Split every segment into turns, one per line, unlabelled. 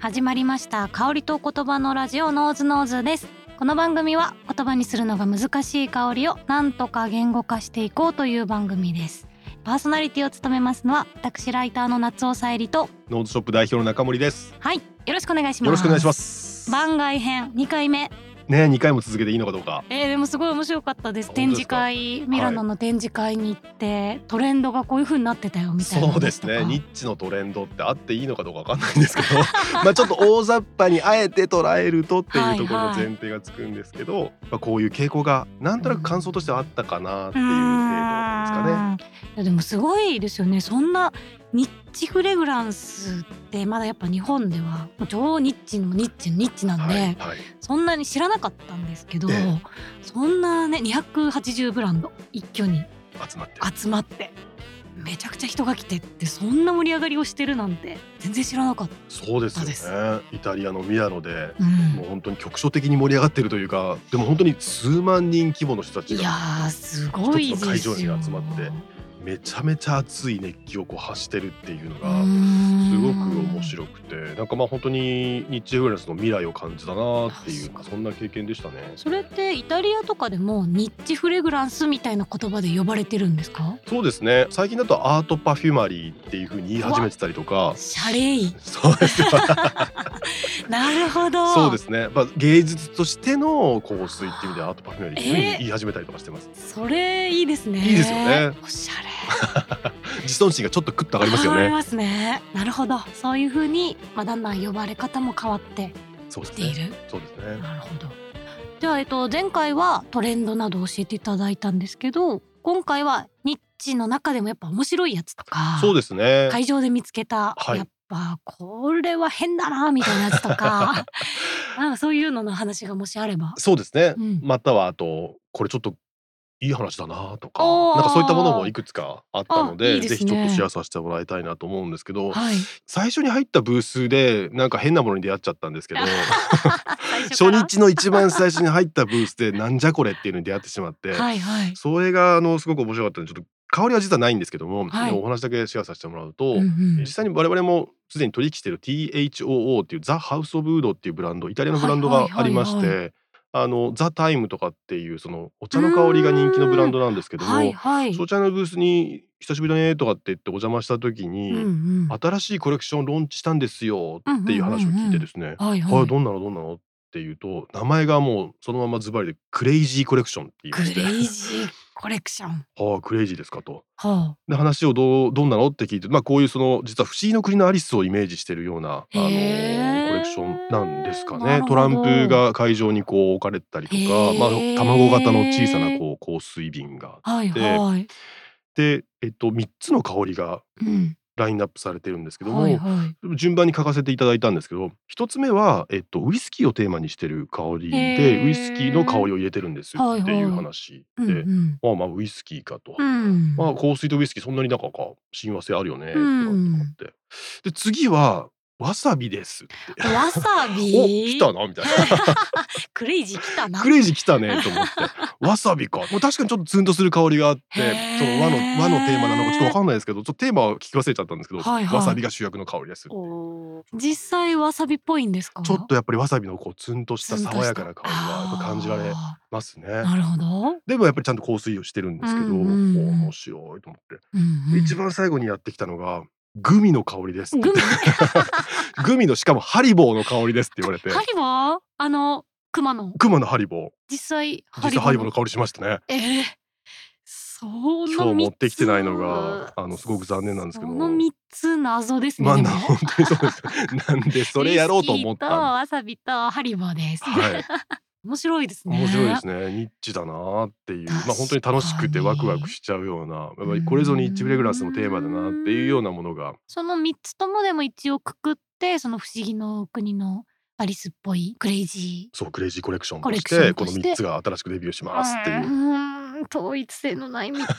始まりました香りと言葉のラジオノーズノーズですこの番組は言葉にするのが難しい香りをなんとか言語化していこうという番組ですパーソナリティを務めますのは私ライターの夏尾さえりと
ノーズショップ代表の中森です。
はいよろしくお願いします
よろしくお願いします。
番外編2回目
ねえ、二回も続けていいのかどうか。
えー、でもすごい面白かったです
あ
展
本当で
示
すか
会ミラノの展示会に行って、トレンドがこういう風になってたよみたいなの
そうです
と
ね。
か
ニッチのトレンドってあっていいのかどうかわかんないんです けど、まあちょっと大雑把にあえて捉えるとっていうところの
はいはい
前提がつくんですけど、まあこういう傾向がなんとなく感想としてはあったかなっていう程度なんですかね。
ね。いやでもすごいですよね。そんなニッチフレグランスってまだやっぱ日本では超ニッチのニッチのニッチなんで、
はい、はい、
そんなに知らなかったんですけど、
ええ
そんなね280ブランド一挙に
集まって。
集まってめちゃくちゃ人が来てってそんな盛り上がりをしてるなんて全然知らなかった。
そうですよね。イタリアのミラノで。
うん
もう本当に局所的に盛り上がってるというかでも本当に数万人規模の人たち
いや
が
ーすごい
一つの
で
会
す
場
よ
に集まってめちゃめちゃ熱い熱気をこう発してるっていうの
う
が
ーん
すごく面白くてなんかまあ本当に日チフレグランスの未来を感じたなっていう
確かに
そんな経験でしたね
それってイタリアとかでもニッチフレグランスみたいな言葉で呼ばれてるんですか
そうですね最近だとアートパフューマリーっていうふうに言い始めてたりとか
シャレイ
そうですよ
なるほど
そうですね、まあ、芸術としての香水っていう意味でアートパフューマリーっていうふう
え
に言い始めたりとかしてます、
それいいですね
いいですよね
おしゃれ
自尊心がちょっとクッと上がりますよ
上がり
ね
ますねなるほどそういう風にまあだんだん呼ばれ方も変わって
そうで
き
す
てい
ね
る、
そうですね
なるほどではえっと前回はトレンドなど教えていただいたんですけど今回はニッチの中でもやっぱ面白いやつとか
そうですね
会場で見つけた、
はい
やっぱこれは変だなみたいなやつと かなんかそういうのの話がもしあれば。
そうですね、
うん
またはあとこれちょっといい話だなとか
おー
なんかそういったものもいくつかあったの
あ
で
いいですね
ぜひちょっとシェアさせてもらいたいなと思うんですけど
はい、
最初に入ったブースでなんか変なものに出会っちゃったんです けど
最初
初
から
日の一番最初に入ったブースでなんじゃこれっていうのに出会ってしまって、
はいはい。
それがあのすごく面白かったのでちょっと香りは実はないんですけども、
はい
お話だけシェアさせてもらう
う
と、
んうん
実際に我々もすでに取引している THOO っていうザ・ハウス・オブ・ウードっていうブランドイタリアのブランド
はい
が
はい
あ
はい
り
はい
ましてあのザ・タイムとかっていうそのお茶の香りが人気のブランドなんですけども、
はいはい。
そちらのブースに「久しぶりだね」とかって言ってお邪魔した時に、
うんうん
新しいコレクションローンチしたんですよっていう話を聞いてですね「
はい
は
はい
いどんなのどんなの?」っていうと名前がもうそのままズバリで「クレイジーコレクション」って言いま
ク
して
レイジーコレクション。
「 はあクレイジーですか」と。
は
で話をどうどんなのって聞いて、まあ、こういうその実は「不思議の国のアリス」をイメージしてるようなあのコ
へー
レクションなんですか
なる
ね
ほど
トランプが会場にこう置かれてたりと
へ
か、
ー
まあ、卵型の小さなこう香水瓶が
あはい
で
はい。
で、えっと、3つの香りが
うん。
ラインナップされてるんですけども、
はいは
順番に書かせていただいたんですけど1つ目は、えっと、ウイスキーをテーマにしてる香り
へ
で
ー
ウイスキーの香りを入れてるんです
はいはい
っていう話
い。
で、
うん
まあまあウイスキーかと。
うん。
ま
う
あ、
ん。
香水とウイスキーそんなになんかか親和性あるよねって
うん
なって思って、で次はわさびですって
わさ
お
び。
来たなみたいな
クレイジー来たな。
クレイジー来たねと思ってわさびかもう確かにちょっとツンとする香りがあって
へー
その和の和のテーマなのかちょっとわかんないですけどちょっとテーマは聞き忘れちゃったんですけど、
はいはい
わさびが主役の香りです
おー実際わさびっぽいんですか。
ちょっとやっぱりわさびのこうツンとした
ツンと
爽やかな香りがやっぱ感じられ
あ
ますね
ーなるほど。
でもやっぱりちゃんと香水をしてるんですけど、
うんうんうん
面白いと思って、
うんうん
一番最後にやってきたのがグミの香りですって
グミ。
グミのしかもハリボーの香りですって言われて
ハリボーあの熊の
クマのハリボー
実際
実際ハリボ
の
ーの香りしましたね
ええその
今
三
日
つ
持ってきてないのがあのすごく残念なんですけど
その三つ謎ですね。
まあ
でも
な本当にそうですなんでそれやろうと思っ
ウイスキーと
た
わさびとハリボーです。
はい
面白いですね。
面白いですねニッチだなっていうまあ
確かに
本当に楽しくてワクワクしちゃうようなやっぱりこれぞニッチフレグランスのテーマだなっていうようなものが
その三つともでも一応くくってその不思議の国のアリスっぽいクレイジ
そうクレイジーコレクション
コ
と
レ
し
クショ
て
ンと
こ
し
の
て
3つが新しくデビューし
ー。
ますっていう
うーん統一性のない 三つ。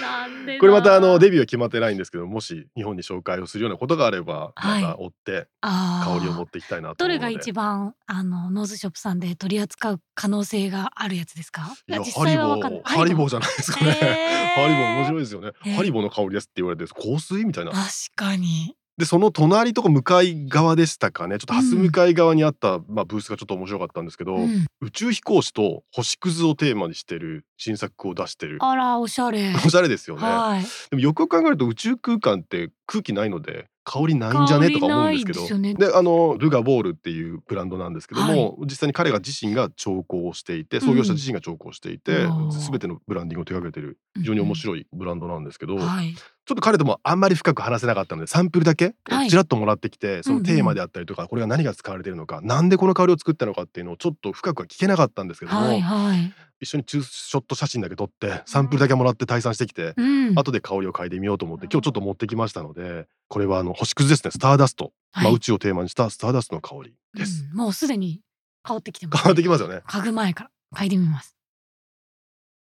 なんでだ
これまたあのデビューは決まってないんですけどもし日本に紹介をするようなことがあれば
は
ま
い
た追って
あ
香
ー
りを持っていきたいなと
ど
思う
れ
ので、
が一番あのノーズショップさんで取り扱う可能性があるやつですか？
いや
実
ハリ
際は
ボ
わかんな
ー
い
ハリボーじゃないですかね、
へー
ハリボー面白いですよね、
へー
ハリボーの香りですって言われて香水みたいな
確かに
でその隣とか向かい側でしたかねちょっと蓮向かい側にあった、まあ、ブースがちょっと面白かったんですけど、
うん
宇宙飛行士と星屑をテーマにしてる新作を出してる
あらおしゃれ
おしゃれですよね
はい
でもよくよく考えると宇宙空間って空気ないので香りないんじゃねとか思うんですけど
香りないです
であのルガボールっていうブランドなんですけども、実際に彼が自身が調香をしていて創業者自身が調香していて、
うん
全てのブランディングを手掛けてる非常に面白いブランドなんですけ
う
ど、
ん
ちょっ
はい
と彼ともあんまり深く話せなかったのでサンプルだけ
はい
ちらっともらってきて、そのテーマであったりとか、これが何が使われてるのかなんでこの香りを作ったのかっていうのをちょっと深くは聞けなかったんですけども、
はいはい
一緒にツーショット写真だけ撮ってサンプルだけもらって退散してきて、
うん
後で香りを嗅いでみようと思って今日ちょっと持ってきましたのでこれはあの星屑ですねスターダスト、
はい
まあ、宇宙をテーマにしたスターダストの香りです。
うんもうすでに香ってきてます、
変わってきますよね。
嗅ぐ前から嗅いでみます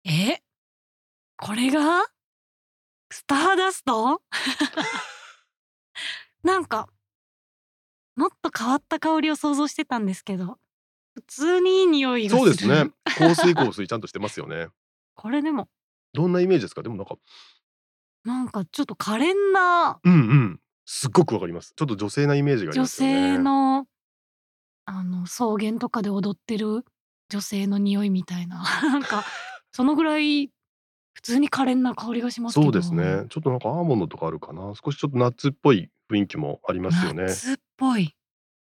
えこれがスターダスト なんかもっと変わった香りを想像してたんですけど普通にいい匂いがす
そう
る
ですね香水香水ちゃんとしてますよね。
これでも
どんなイメージですかでもなんか
なんかちょっと可憐な
うんうんすっごくわかります。ちょっと女性なイメージがあり
女
ますよね。
性のあの草原とかで踊ってる女性の匂いみたいな なんかそのぐらい普通に可憐な香りがしますけど
そうですね。ちょっとなんかアーモンドとかあるかな少しちょっとナッツっぽい雰囲気もありますよね。
夏っぽい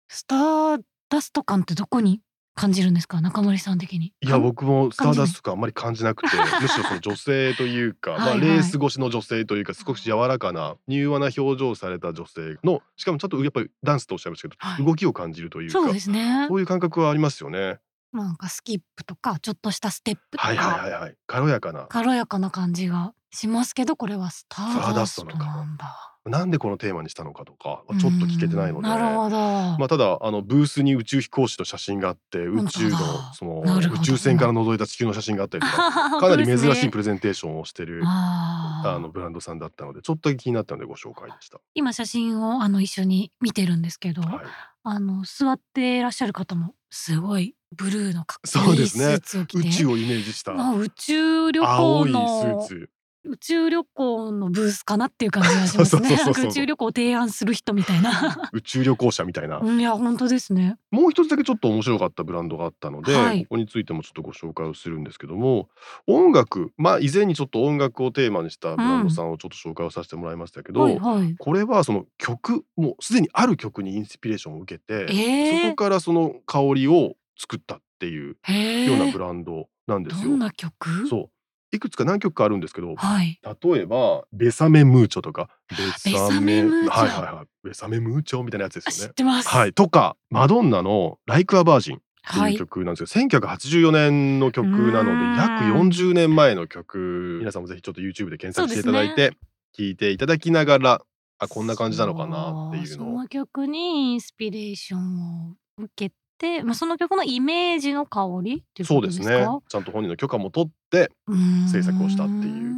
スターダスト感ってどこに感じるんですか中森さん的に
いや
かん
僕もスターダストとかあんまり感じなくてむしろその女性というか
はいはい
まあ、レース越しの女性というか少し柔らかな柔和な表情をされた女性のしかもちょっとやっぱりダンスとおっしゃいましたけど、
はい
動きを感じるというか
そうですね
そういう感覚はありますよね。
なんかスキップとかちょっとしたステップとか、
はいはいはいはい軽やかな
軽やかな感じがしますけどこれはスターダスト
スターダストなのか
なんだ
なんでこのテーマにしたのかとかはちょっと聞けてないので。
うんなるほど、
まあ、ただあのブースに宇宙飛行士の写真があって宇宙の
本当だ
その
なるほど
宇宙船から覗いた地球の写真があったりと かかなり珍しいプレゼンテーションをしてる
あー
あのブランドさんだったのでちょっとだけ気になったのでご紹介でした。
今写真をあの一緒に見てるんですけど、
はい、
あの座っていらっしゃる方もすごいブルーのかっ
そ
こ
う
い
で
い
す
ス
ね
ーツを着て、
宇宙をイメージした
あ宇宙旅
青
行
いス
の
ーツ
宇宙旅行のブースかなっていう感じがします
そうそうそう
ね。
そう
なんか宇宙旅行を提案する人みたいな。
宇宙旅行者みたいな、
うんいや本当ですね。
もう一つだけちょっと面白かったブランドがあったので、
はい
ここについてもちょっとご紹介をするんですけども音楽まあ以前にちょっと音楽をテーマにしたブランドさんをちょっと紹介をさせてもらいましたけど、
はいはい。
これはその曲もうすでにある曲にインスピレーションを受けて、
え
そこからその香りを作ったっていう
ー、へ
ような
え
ブランドなんです
ど
よ。
んな曲？
そういくつか何曲かあるんですけど、
はい。
例えば「ベサメムーチョ」とか「ベ
ベサメムーチョ
はいはいはい「ベサメムーチョ」みたいなやつで
あ知
すよ
っ
ね。
てます。
はい、とかマドンナの「Like a Virgin」って
はい
いう曲なんですけど、1984年の曲なの
うーん
で約40年前の曲皆さんもぜひちょっと YouTube で検索していただいて聴、いていただきながらあこんな感じなのかなっていう
そ
のを
の曲にインスピレーションを受けて、まあ、その曲のイメージの香りっていう
そ
こ
う
と
で
ですす
ね
か
ちゃんと本人の許可も取って
うーん
制作をしたっていう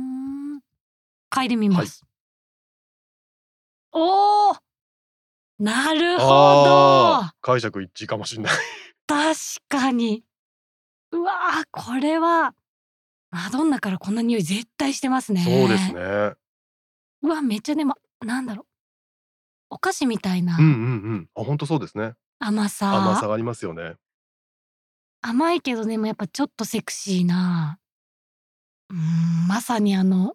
嗅いでみます、おおーなるほど
あー解釈一致かもしれない。
確かにうわーこれはマドンナからこんな匂い絶対してますね
そうですね。
うわめっちゃでもなんだろうお菓子みたいな
うんうんうん。あ本当そうですね。
甘さ,、
甘さがありますよね。
甘いけどでもやっぱちょっとセクシーなうーんまさにあの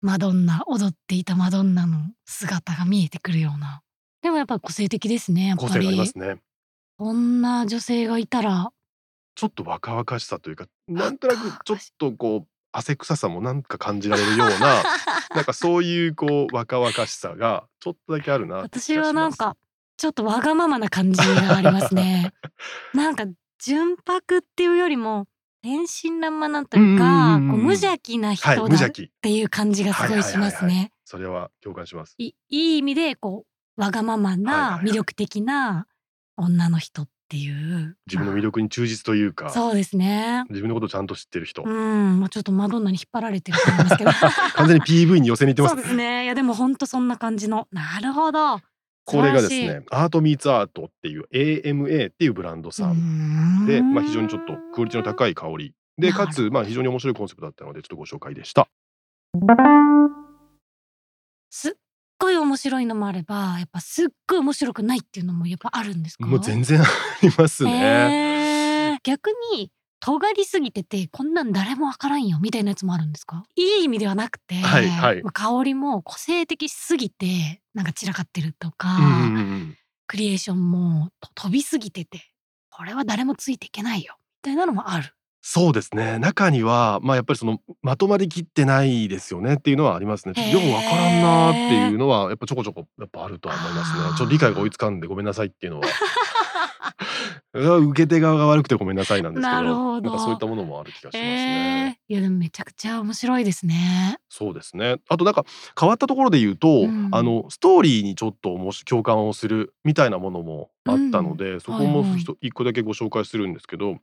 マドンナ踊っていたマドンナの姿が見えてくるようなでもやっぱ個性的ですねやっ
個
ぱ
性がありま
り
すね。
こんな女性がいたら
ちょっと若々しさというかなんとなくちょっとこう汗臭さもなんか感じられ るようななんかそういうこう若々しさがちょっとだけあるなって気
私
がします
はなんかちょっとわがままな感じがあります ねなんか純白っていうよりも天真爛漫なんというか
うんうんうんうん
こう無邪気な
はい
人
無
だっ
邪気
ていう感じがすごいします
はいはいはい
ね
それは共感します
いいい意味でこうわがまま
はいは
ない
はい
魅力的な女の人っていう
自分の魅力に忠実という
まあ
か
そうですね
自分のことをちゃんと知ってる人、
うんもうちょっとマドンナに引っ張られてると思いますけど
完全に PV に寄せに行って
そう
ま
ですすねいやでも本当そんな感じのなるほど
これがです
素晴らし
ねアートミーツアートっていう AMA っていうブランドさん
い
で、
うーん
まあ、非常にちょっとクオリティの高い香りで
なる
かつまあ非常に面白いコンセプトだったのでちょっとご紹介でした
すごい面白いのもあればやっぱすっごい面白くないっていうのもやっぱあるんですか
もう全然あります
え
ね。
ー逆に尖りすぎててこんなん誰もわからんよみたいなやつもあるんですかいい意味ではなくて、
はいはい
まあ香りも個性的すぎてなんか散らかってるとか、
うんうんうん
クリエーションもと飛びすぎててこれは誰もついていけないよみたいなのもある。
そうですね中にはまあやっぱりそのまとまりきってないですよねっていうのはありますねちょっとよ
へー
くわからんなーっていうのはやっぱちょこちょこやっぱあるとは思いますね
あー
ちょっと理解が追いつかんでごめんなさいっ ていうのはうわ受け手側が悪くてごめんなさいなんですけど
なるほど
んかそういったものもある気がしますね、
えーいやでもめちゃくちゃ面白いですね。
そうですねあとなんか変わったところで言うと、
うん
あのストーリーにちょっとおもし共感をするみたいなものもあったので、そこも
はいはい
ひと一個だけご紹介するんですけど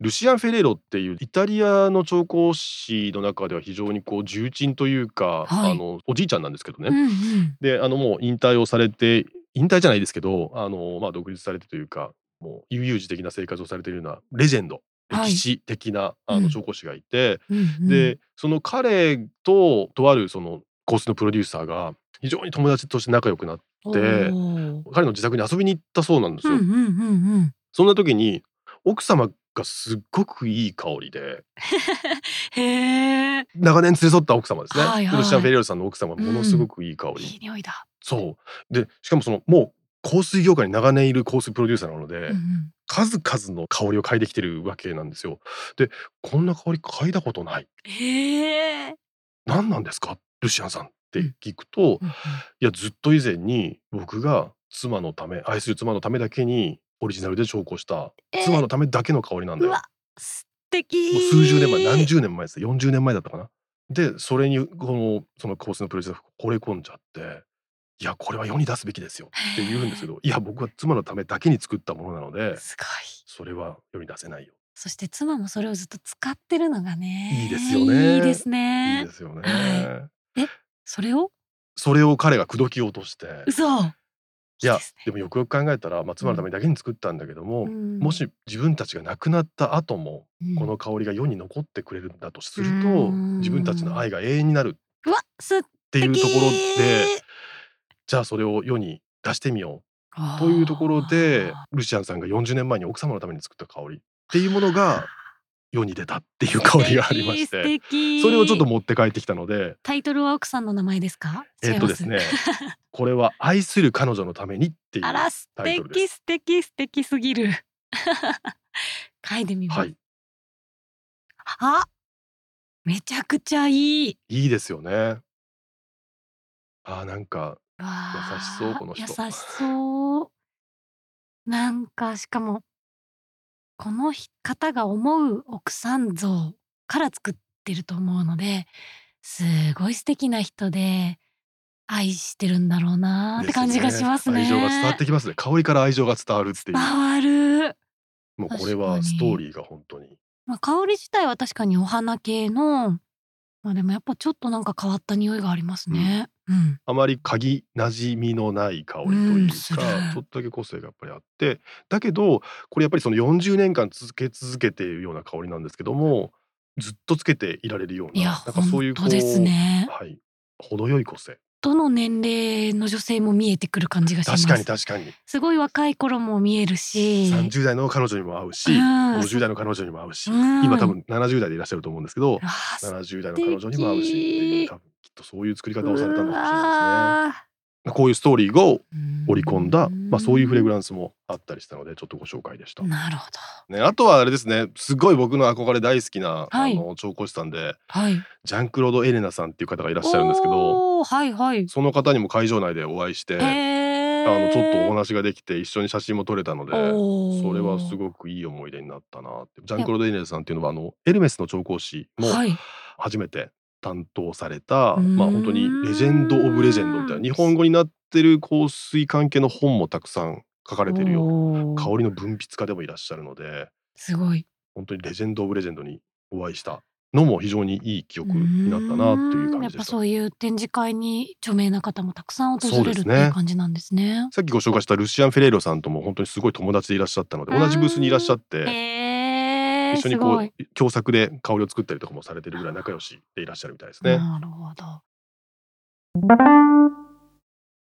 ルシアン・フェレロっていうイタリアの調香師の中では非常にこう重鎮というか、
はい
あのおじいちゃんなんですけどね、
うんうん、
であのもう引退をされて引退じゃないですけどあの、まあ、独立されてというかもう悠々自適な生活をされているようなレジェンド
はい
歴史的な、あ
うん
の調香師がいて、
うんうん、
でその彼ととあるそのコースのプロデューサーが非常に友達として仲良くなって
お
で
ー、うん
彼の自宅に遊びに行ったそうなんです
う
よ。
んうんうん、
そんな時に奥様がすっごくいい香りで
へえ、
長年連れ添った奥様ですね、
はいはい
ルシアン・フェレールさんの奥様ものすごくいい香り、
いい匂いだ。
そうでしかもそのもう香水業界に長年いる香水プロデューサーなので、
うんうん
数々の香りを嗅いできてるわけなんですよ。でこんな香り嗅いだことない
へえ。
何なんですかルシアンさんって聞くと、いやずっと以前に僕が妻のため愛する妻のためだけにオリジナルで調香した
え
妻のためだけの香りなんだ
う
よ、
わ素敵。
もう数十年前何十年前ですよ40年前だったかなでそれにこのその香水のプロデューサーが惚れ込んじゃっていやこれは世に出すべきですよって言うんですけどいや僕は妻のためだけに作ったものなの で
へーすごい。
それは世に出せないよ
そして妻もそれをずっと使ってるのがね。
いいですよね
いいですね。
いいですよね、
はそれを
それを彼が口説き落として
嘘。
いや
すね
でもよくよく考えたら、まあ、妻のためだけに作ったんだけども、
うん
もし自分たちが亡くなった後も
うん
この香りが世に残ってくれるんだとすると、
うん
自分たちの愛が永遠になるっ
うわ素
ていう
敵。
ところでじゃあそれを世に出してみようというところで
あ
ルシアンさんが40年前に奥様のために作った香りっていうものが世に出たっていう
ー。
香りがありまし
素
て
敵素敵
それをちょっと持って帰ってきたので
タイトルは奥さんの名前ですか。
えっとです
違い
ね これは「愛する彼女のために」っていう
ます。あら素
タイトルで
敵
す。
素敵素敵すぎる。 書いてみます。
はい、
あめちゃくちゃいい。
いいですよね。あーなんか
優
優しそうこの人
優しそう。なんかしかもこのひ方が思う奥さん像から作ってると思うのですごい素敵な人で愛してるんだろうなって感じがしますね。
愛情が伝わってきますね。香りから愛情が伝わるっていう。
伝わる。
もうこれ
確
は
かに
ストーリーが本当に。
まあ、香り自体は確かにお花系のまあでもやっぱちょっとなんか変わった匂いがありますね。うん。
あまり嗅ぎなじみのない香りと
う
い
ん
う
する
か、ちょっとだけ個性がやっぱりあってだけどこれやっぱりその40年間続け続けているような香りなんですけどもずっとつけていられるよう
い
な
や
なんかそういうこ
本当ですね。
はい、程よい個性
どの年齢の女性も見えてくる感じがしま
確
す。
かに確かに、
すごい若い頃も見えるし、
30代の彼女にも合うし、
うん
50代の彼女にも合うし、
うん
今多分70代でいらっしゃると思うんですけど、
わあ素
70代の彼女にも合うしっていう多分きっとそういう作り方をされたのかもしれない
わあ
ですね。こういうストーリーを織り込んだ、
うん
まあ、そういうフレグランスもあったりしたのでちょっとご紹介でした。ね、
なるほど。
あとはあれですねすごい僕の憧れ大好きな、
はい
あの調香師さんで
はい。い
ジャンクロード・エレナさんっていう方がいらっしゃるんですけど
はいはい。
その方にも会場内でお会いして、
へ
あのちょっとお話ができて一緒に写真も撮れたので。それはす
い。
ごくいい思い出になったなってジャンクロード・エレナさんっていうのはあのエルメスの調香師も
はい。
初めて担当された、
うーん
まあ本当にレジェンド・オブ・レジェンドみたいな日本語になってる香水関係の本もたくさん書かれてるよ
おー
香りの分泌家でもいらっしゃるのです
ごい。
本当にレジェンド・オブ・レジェンドにお会いしたのも非常にいい記憶になったなってい
ーん
う
や
感
っ
じで
ぱ
した
そういう展示会に著名な方もたくさん訪
そう
れる
で
っ
す
て
ね
いう感じなんですね。
さっきご紹介したルシアン・フェレーロさんとも本当にすごい友達でいらっしゃったので同じブースにいらっしゃっ
へ
て
え。
一緒に
す
こ
ごいう
共作で香りを作ったりとかもされてるぐらい仲良しでいらっしゃるみたいですね。
なるほど。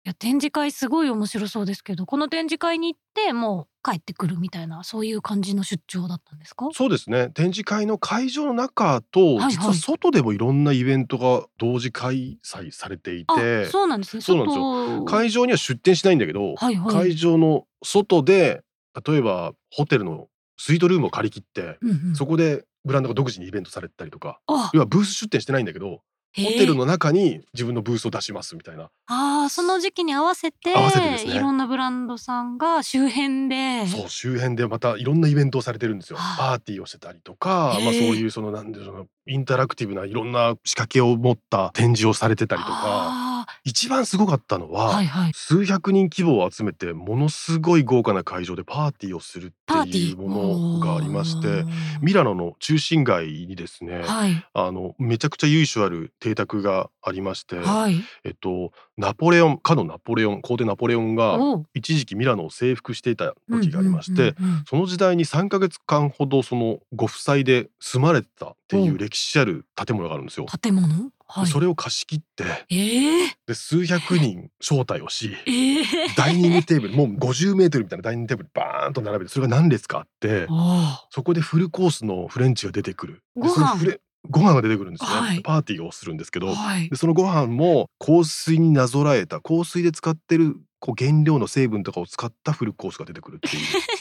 や展示会すごい面白そうですけどこの展示会に行ってもう帰ってくるみたいなそういう感じの出張だったんですか
そうですね展示会の会場の中と、
はいはい
実は外でもいろんなイベントが同時開催されてい
あ
て
そうなんですね
そうなんです
よ
会場には出店しないんだけど、
はいはい
会場の外で例えばホテルのスイートルームを借り切って、
うんうん
そこでブランドが独自にイベントされてたりとか
あ
要はブース出店してないんだけど
ホ
ホテルの中に自分のブースを出しますみたいな、
あーその時期に合わせて
合わせてですね
いろんなブランドさんが周辺で
そう周辺でまたいろんなイベントをされてるんですよ。
は
パーティーをしてたりとか、
へえ
まあ、そういうそのなんでしょうねインタラクティブないろんな仕掛けを持った展示をされてたりとか
あ
一番すごかったの
ー
は、
はいはい
数百人規模を集めてものすごい豪華な会場でパーティーをする
パー
っ
テ
てい
ィ
う
ー
ものがありまし
お
て
ー
ミラノの中心街にですね
はい
あのめちゃくちゃ由緒ある邸宅がありまして、
はい
えっと、ナポレオンかのナポレオン皇帝ナポレオンが
おう
一時期ミラノを征服していた時がありまして、
うんうんうんうん
その時代に3ヶ月間ほどそのご夫妻で住まれてたってい
お
う歴史ある建物があるんですよ。
建物はい
それを貸し切って
えー、
で数百人招待をし。
ええ
ダイニングテーブルもう50メートルみたいなダイニングテーブルバーンと並べてそれが何列かあって
あ
そこでフルコースのフレンチが出てくるで
ご飯
そのフレご飯が出てくるんですね、
はい
パーティーをするんですけ
あ
ど、
はい
でそのご飯も香水になぞらえた香水で使ってるこう原料の成分とかを使ったフルコースが出てくるって い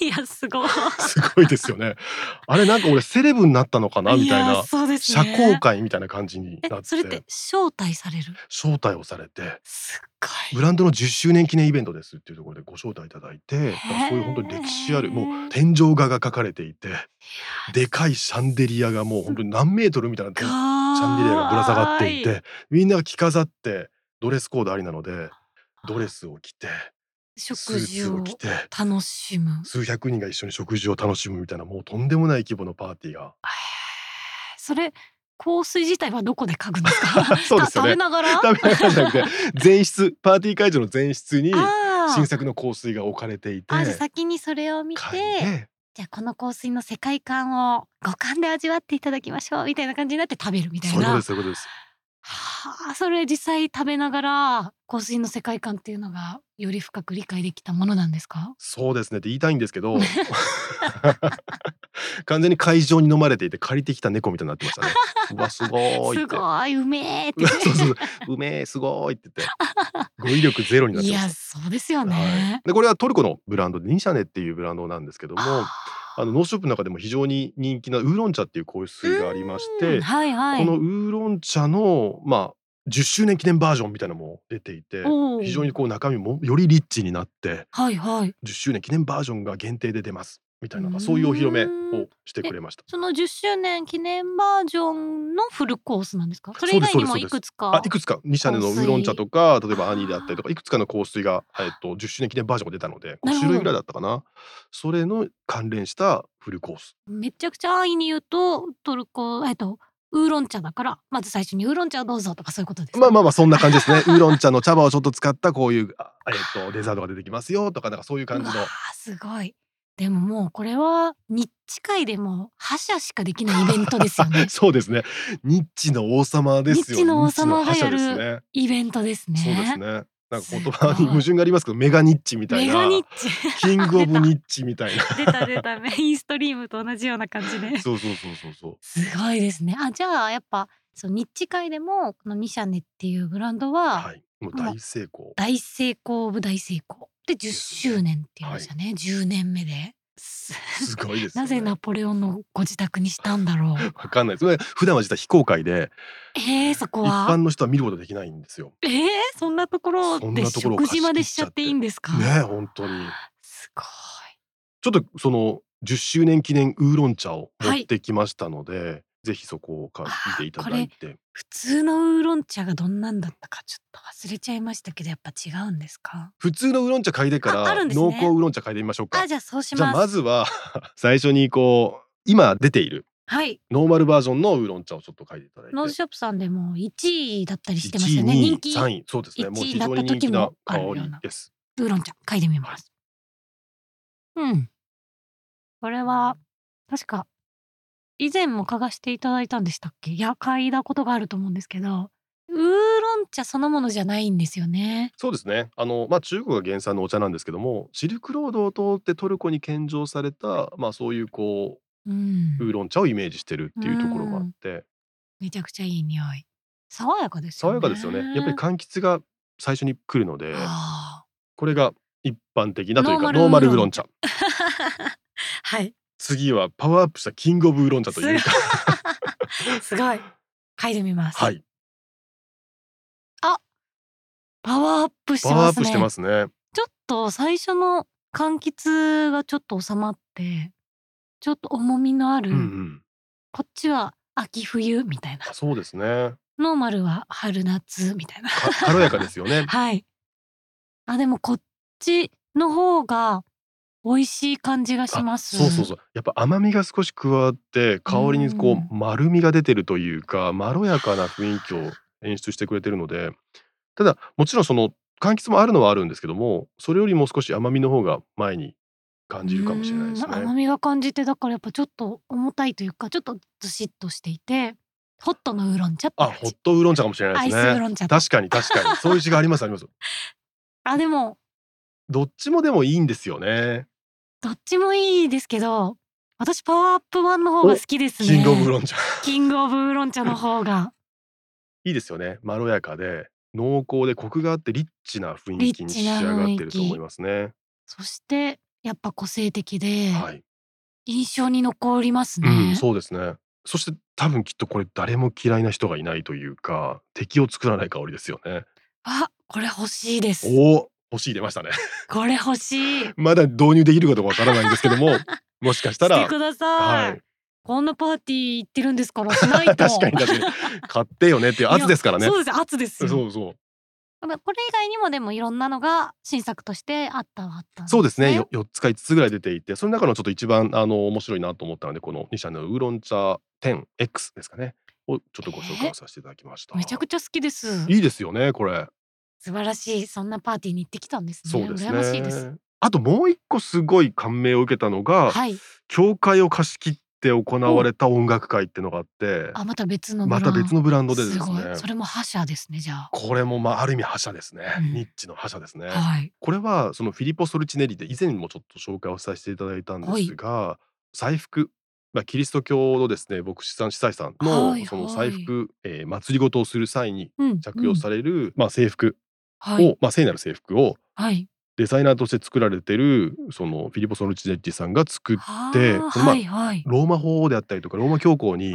う
いやすごい
すごいですよねあれなんか俺セレブになったのかなみたい
い
な
やそうです
社
ね
交界みたいな感じになっ
え
て
それって招待される
招待をされて
すご
ブランドの10周年記念イベントですっていうところでご招待いただいてだからそういう本当に歴史あるもう天井画が描かれていて
い
でかいシャンデリアがもう本当に何メートルみたいな
シ
シャンデリアがぶら下がっていてみんなが着飾ってドレスコードありなのでドレスを着てス
食
ー
事
ツを
を
着て
楽しむ
数百人が一緒に食事を楽しむみたいなもうとんでもない規模のパーティーが
へーそれ香水自体はどこで嗅ぐんですか
そうですよ
た食べ
ね
ながら
食べながらじゃなくて前室パーティー会場の前室に
あー
新作の香水が置かれていて
あじゃあ先にそれを見て
嗅いで
じゃあこの香水の世界観を五感で味わっていただきましょうみたいな感じになって食べるみたい
そういうこと
な
ですそういうことです
はあそれ実際食べながら香水の世界観っていうのがより深く理解できたものなんですか
そうですねって言いたいんですけど 完全に会場に飲まれていて借りてきた猫みたいになってました ねうわすごーい
す
って
ごいうめえって
そうそうそううめえすごーいって言って語彙力ゼロになっ
い
てま
や
し
そうですよ
た、はい
ね、、
でこれはトルコのブランドでニシャネっていうブランドなんですけどもあ
あ
のノーショップの中でも非常に人気なウーロン茶っていう香水がありまして
ーはいはい
このウーロン茶のまあ10周年記念バージョンみたいなのも出ていて
おー
非常にこう中身もよりリッチになって
はいはい
10周年記念バージョンが限定で出ますみたいなそういうお披露目をしてくれました。
その10周年記念バージョンのフルコースなんですかそれ以外にもいくつか
あいくつかニシャネのウーロン茶とか例えばアニーであったりとかいくつかの香水が、えっと、10周年記念バージョンが出たので
なるほど
5種類ぐらいだったかなそれの関連したフルコース
めちゃくちゃ安易に言うとトルコえっとウーロン茶だからまず最初にウーロン茶をどうぞとかそういうことですか
まあまあまあそんな感じですねウーロン茶の茶葉をちょっと使ったこういう、あえっと、デザートが出てきますよとかなんかそういう感じ
う
の
わーすごいでももうこれは日地界でも覇者しかできないイベントですよ ね
そうですねニッチの王様ですよ
ニッチの王様が
ニッチの覇者
やる
ですね
イベントですね
そうですねなんか言
す
葉
ごい
に矛盾がありますけどメガニッチみたい
メ
な
ガニッチ
キングオブニッチみ たいな
出た出たメインストリームと同じような感じで
そうそうそうそうそう
すごいですねあじゃあやっぱそう日地界でもこのニシャネっていうブランドは、
はいもう大成 功
大成功オブ大成功で10周年って言いましたね、10年目です
すごいです
な
よね
ぜナポレオンのご自宅にしたんだろう
わかんないです。それ普段は実は非公開で、
えー、そこ
一般
は
の人は見ることできないんですよ。
えー、そんなところ
そん
で
なところを
食事までしちゃっていいんですか、
ねえ、本当に。
すごい
ちょっとその10周年記念ウーロン茶を持ってきましたので、ぜひそこをか見ていただいて。
普通のウーロン茶がどんなんだったかちょっと忘れちゃいましたけどやっぱ違うんですか
普通のウーロン茶嗅いでか
ああ
ら、
るんですね
濃厚ウーロン茶嗅いでみましょうか。
あじゃあそうし
じゃ
ま
あ
す
まずは 最初にこう今出ている
はい
ノーマルバージョンのウーロン茶をちょっと嗅いでいただいて。
ノーズショップさんでも1位だったりしてました
1
よ
位、
ね
2
人
位、
気
3位、そうですね。もう
一位
非常に人気
だ
な
った時もあ
香
るよう
り
な
です。
ウーロン茶嗅いでみます。うん。これは確か以前も嗅がしていただいたんでしたっけいや嗅いだことがあると思うんですけどウーロン本茶そのものじゃないんですよね。
そうですねあの、まあ、中国が原産のお茶なんですけどもシルクロードを通ってトルコに献上された、まあ、そういうこ
うん
うウーロン茶をイメージしてるっていうところがあって
めちゃくちゃいい匂い。爽やかですよ
爽
ね。
やかですよねやっぱり柑橘が最初に来るので
はあ
これが一般的なというか
ノ
ノ
ー
ー
マ
マ
ル
ル
ウ
ウ
ー
ー
ロ
ロ
ン
ン
茶
茶
はい。
次はパワーアップしたキングオブウーロン茶というか
すご い。嗅いでみます。
はい
パワーアップ して
パワー
ま
アッ
す
プして
ね
ま。すね
ちょっと最初の柑橘がちょっと収まって、ちょっと重みのある、
うんうん
こっちは秋冬みたいな、
あそうですね
ノーマルは春夏みたいな。
か軽やかですよ ね
はい。あ、でもこっちの方が美味しい感じがします。。
そうそうそううやっぱ甘みが少し加わって香りにこう丸みが出てるというかまろやかな雰囲気を演出してくれてるのでただもちろんその柑橘もあるのはあるんですけどもそれよりも少し甘みの方が前に感じるかもしれないです
うん甘
ね。
みが感じてだからやっぱちょっと重たいというかちょっとずしっとしていてホットのウーロン茶って
あ
感
ホ
じ
ットウーロン茶かもしれな
ア
い
イ
で
ス
す
ウー
ね。
ロン茶と
確かに確かにそういう字がありますあります。
あでも
どっちもでもいいんですよね。
どっちもいいですけど私パワーアップ版の方が好きですね
キングオブウーロン茶
キングオブウーロン茶の方が
いいですよね。まろやかで濃厚でコクがあってリッチな雰囲気
リ
に
ッ
仕
チな雰囲気
上がってると思いますね。
そしてやっぱ個性的で
はい。
印象に残りますね、
うん、そうですね。そして多分きっとこれ誰も嫌いな人がいないというか敵を作らない香りですよね。
あこれ欲しいです
おお欲しい出ましたね。
これ欲しいし
まだ導入できるかどうかわからないんですけ どももしかした
て
ら。
ください、
はい、
こんなパーティー行ってるんですからしないと
確かに確かに買ってよねっていう圧ですからね
そ。うです圧ですよ
そうそう
まあこれ以外にもでもいろんなのが新作としてあったはあったん
そうですねよ4つか5つぐらい出ていてその中のちょっと一番あの面白いなと思ったのでこの2社のウーロン茶 10X ですかねをちょっとご紹介をさせていただきました。
めちゃくちゃ好きです
いいですよねこれ。
素晴らしいそんなパーティーに行ってきたんですね
そうですね。
羨ましいです
あともう一個すごい感銘を受けたのが、
はい
教会を貸し切って行われた音楽会っていうのがあって、
あまた別のブラ
ま
ン
た別のブランドでですす
ご
ね
い。それも覇者ですねじゃあ、
これもまあある意味覇者ですね。
うん
ニッチの覇者ですね。
はい
これはそのフィリポ・ソルチネリで以前もちょっと紹介をさせていただいたんですが、財布まあ、キリスト教のですね牧師さん司祭さんの
はい
その
はい
財布、えー祭りごとをする際に
うん
着用される、まあ、制服
うん
を、
はい
まあ、聖なる制服を
はい
デザイナーとして作られてるそのフィリポ・ソルチネッティさんが作る
は
で
あ
そのま
は
あ
いはい
ローマ法王であったりとかローマ教皇に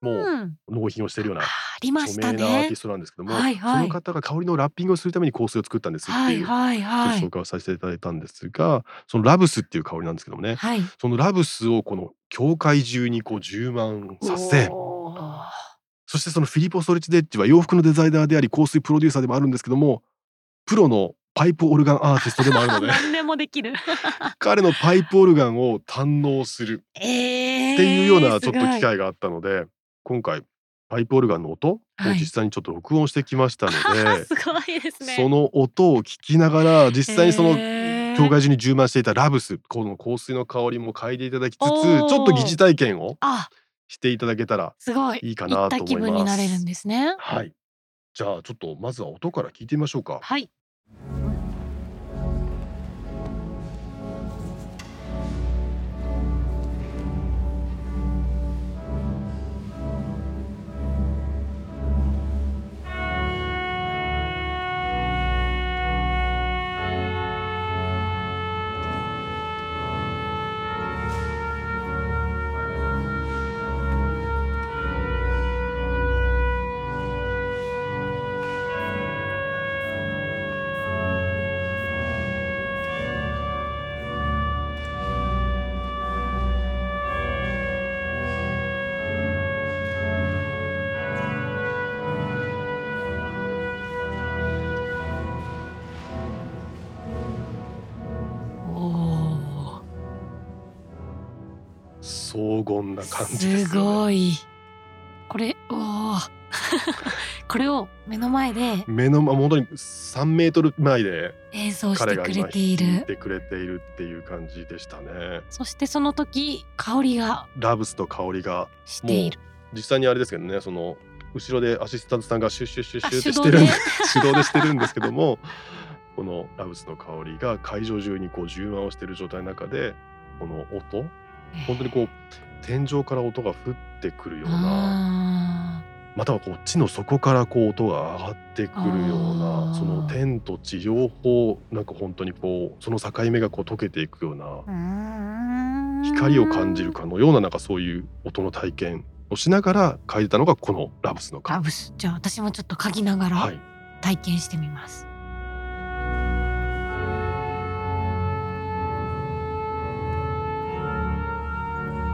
もう
うん
納品をしているよう
あ
な
りまし
著
た
名なアー
ね
ティストなんですけども、
はいはい
その方が香りのラッピングをするために香水を作ったんですっ
は
てい
いうはいはい
紹介をさせていただいたんですがそのラブスっていう香りなんですけどもね
はい
そのラブスをこの教会中にこう充満させ
おー
そしてそのフィリポ・ソルチネッティは洋服のデザイナーであり香水プロデューサーでもあるんですけどもプロのパイプオルガンアーティストでもあるの で
何でもできる
彼のパイプオルガンを堪能する
えー
っていうようなちょっと
すごい
機会があったので今回パイプオルガンの音を
はい
実際にちょっと録音してきま したので、
すごいですね
その音を聞きながら実際にその
へー
教会中に充満していたラブスこの香水の香りも嗅いでいただきつつち
おー
ょっと疑似体験を
あ
していただけたら
すごい
いいかなと思います
行った気分になれるんですね
はいじゃあちょっとまずは音から聞いてみましょうか。
はいお
荘厳な
ー
感じです
す
よね。
ごいこれおー これを目の前で
目の前本当に3メートル前で
演奏して
彼が
くれ
今
てい
弾い
る
てくれているっていう感じでしたね。
そしてその時香りが
ラブスと香りが
している
実際にあれですけどねその後ろでアシスタントさんがシュッシュッシュッシ
手
ュッってし
動
てる
で
んで手動でしてるんですけども このラブスの香りが会場中にこう充満をしている状態の中でこの音 本当にこう天井から音が降ってくるような
あ
またはこう地の底からこう音が上がってくるよう
あー
なその天と地両方なんか本当にこうその境目がこう溶けていくような
ー
光を感じるかのようななんかそういう音の体験をしながら嗅いだのがこのラブスの
ラ
香
ブスじゃあ私もちょっと嗅ぎなが
り。は
ら
い
体験してみます、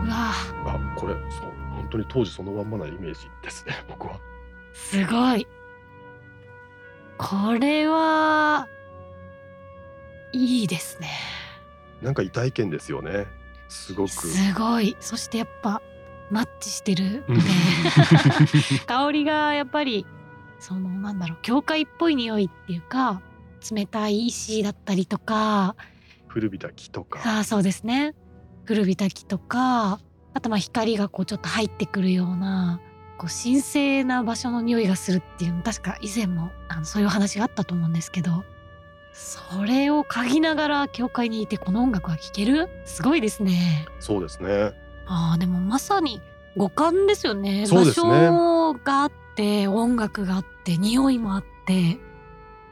うわあ
あこれそう本当に当時そのまんまなイメージですね 僕は。
すごいこれはいいですね
なんか異体験ですよねすごく。
すごいそしてやっぱマッチしてる
う
の
ん
で 香りがやっぱりそのなんだろう教会っぽい匂いっていうか冷たい石だったりとか
古びた木とか
あーそうですね古びた木とかあとまあ光がこうちょっと入ってくるようなこう神聖な場所の匂いがするっていうの確か以前もあのそういうお話があったと思うんですけどそれを嗅ぎながら教会にいてこの音楽が聴けるすごいですね。
そうですね
ああでもまさに五感ですよね
そうですね
場所があって音楽があって匂いもあって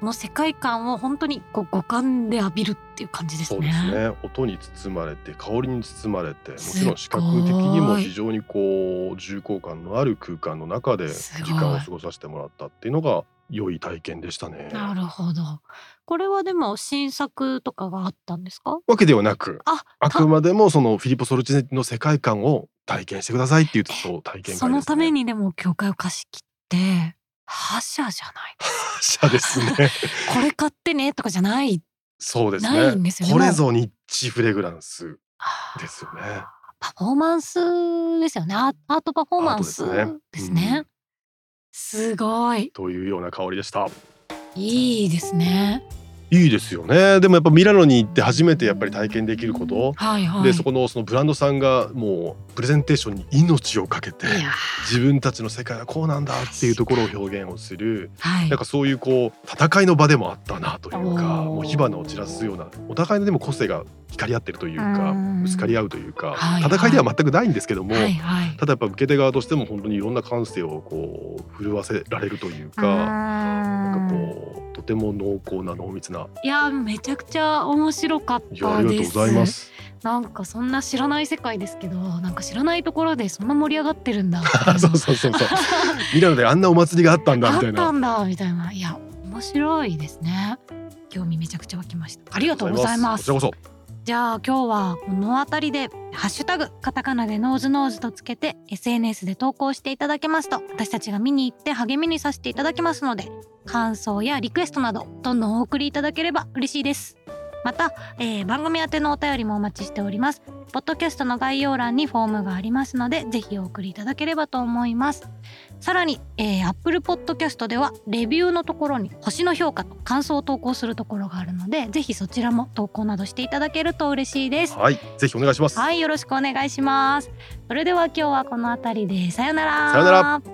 この世界観を本当にこう五感で浴びるっていう感じです
そう
ね。
ですね音に包まれて香りに包まれてもちろん視
すごい
覚的にも非常にこう重厚感のある空間の中です
ごい
時間を過ごさせてもらったっていうのが良い体験でしたね。
なるほど。これはでも新作とかがあったんですか？
わけではなく
あ、
あ
た
くまでもそのフィリポ・ソルチェネッティの世界観を体験してくださいっていうそう体験会です、ね、
そのためにでも教会を貸し切って覇者じゃない。
者です ね。
これ買ってねとかじゃない。
そうです
ない
ね。
んですよね
これぞニッチフレグランス
あー
ですよね。
パフォーマンスですよね。アアートパフォーマンス
アート
で
ですすねう
ね
ん。
すごい。
というような香りでした。
いいですね。
いいですよね。でもやっぱミラノに行って初めてやっぱり体験できること。
はいはい。
でそこのそのブランドさんがもうプレゼンテーションに命をかけて
いやー
自分たちの世界はこうなんだっていうところを表現をする
はい
なん。かそういうこう戦いの場でもあったなというか
おー
もう火花を散らすようなお互いのでも個性が光り合ってるというか
うん
ぶつかり合うというか
はいはい
戦いでは全くないんですけども
はいはい。
ただやっぱ受け手側としても本当にいろんな感性をこう震わせられるというかなんか
が
こうとても濃厚な濃密ない
やーめちゃくちゃ面白かっ
いや
た
ありがと
で
う
す。
ございま。す。
なんかそんな知らない世界ですけど、なんか知らないところでそんな盛り上がってる んだ。
あそうそうそう そうミラノであんなお祭りがあったんだ
あ
み
った
いな
たんだみたいな。いや面白いですね。興味めちゃくちゃ湧きました。ありがとうございます。
こちらこ
じゃあ今日はこの辺りで「ハッシュタグカタカナでノーズノーズ」とつけて SNS で投稿していただけますと私たちが見に行って励みにさせていただきますので感想やリクエストなどどんどんお送りいただければ嬉しいですまた、えー番組宛てのお便りもお待ちしておりますポッドキャストの概要欄にフォームがありますのでぜひお送りいただければと思いますさらに、えー、Apple Podcast ではレビューのところに星の評価と感想を投稿するところがあるのでぜひそちらも投稿などしていただけると嬉しいです
そはいぜひお願いします。
はいよろしくお願いしますそれでは今日はこのあたりでさよなら
さよなら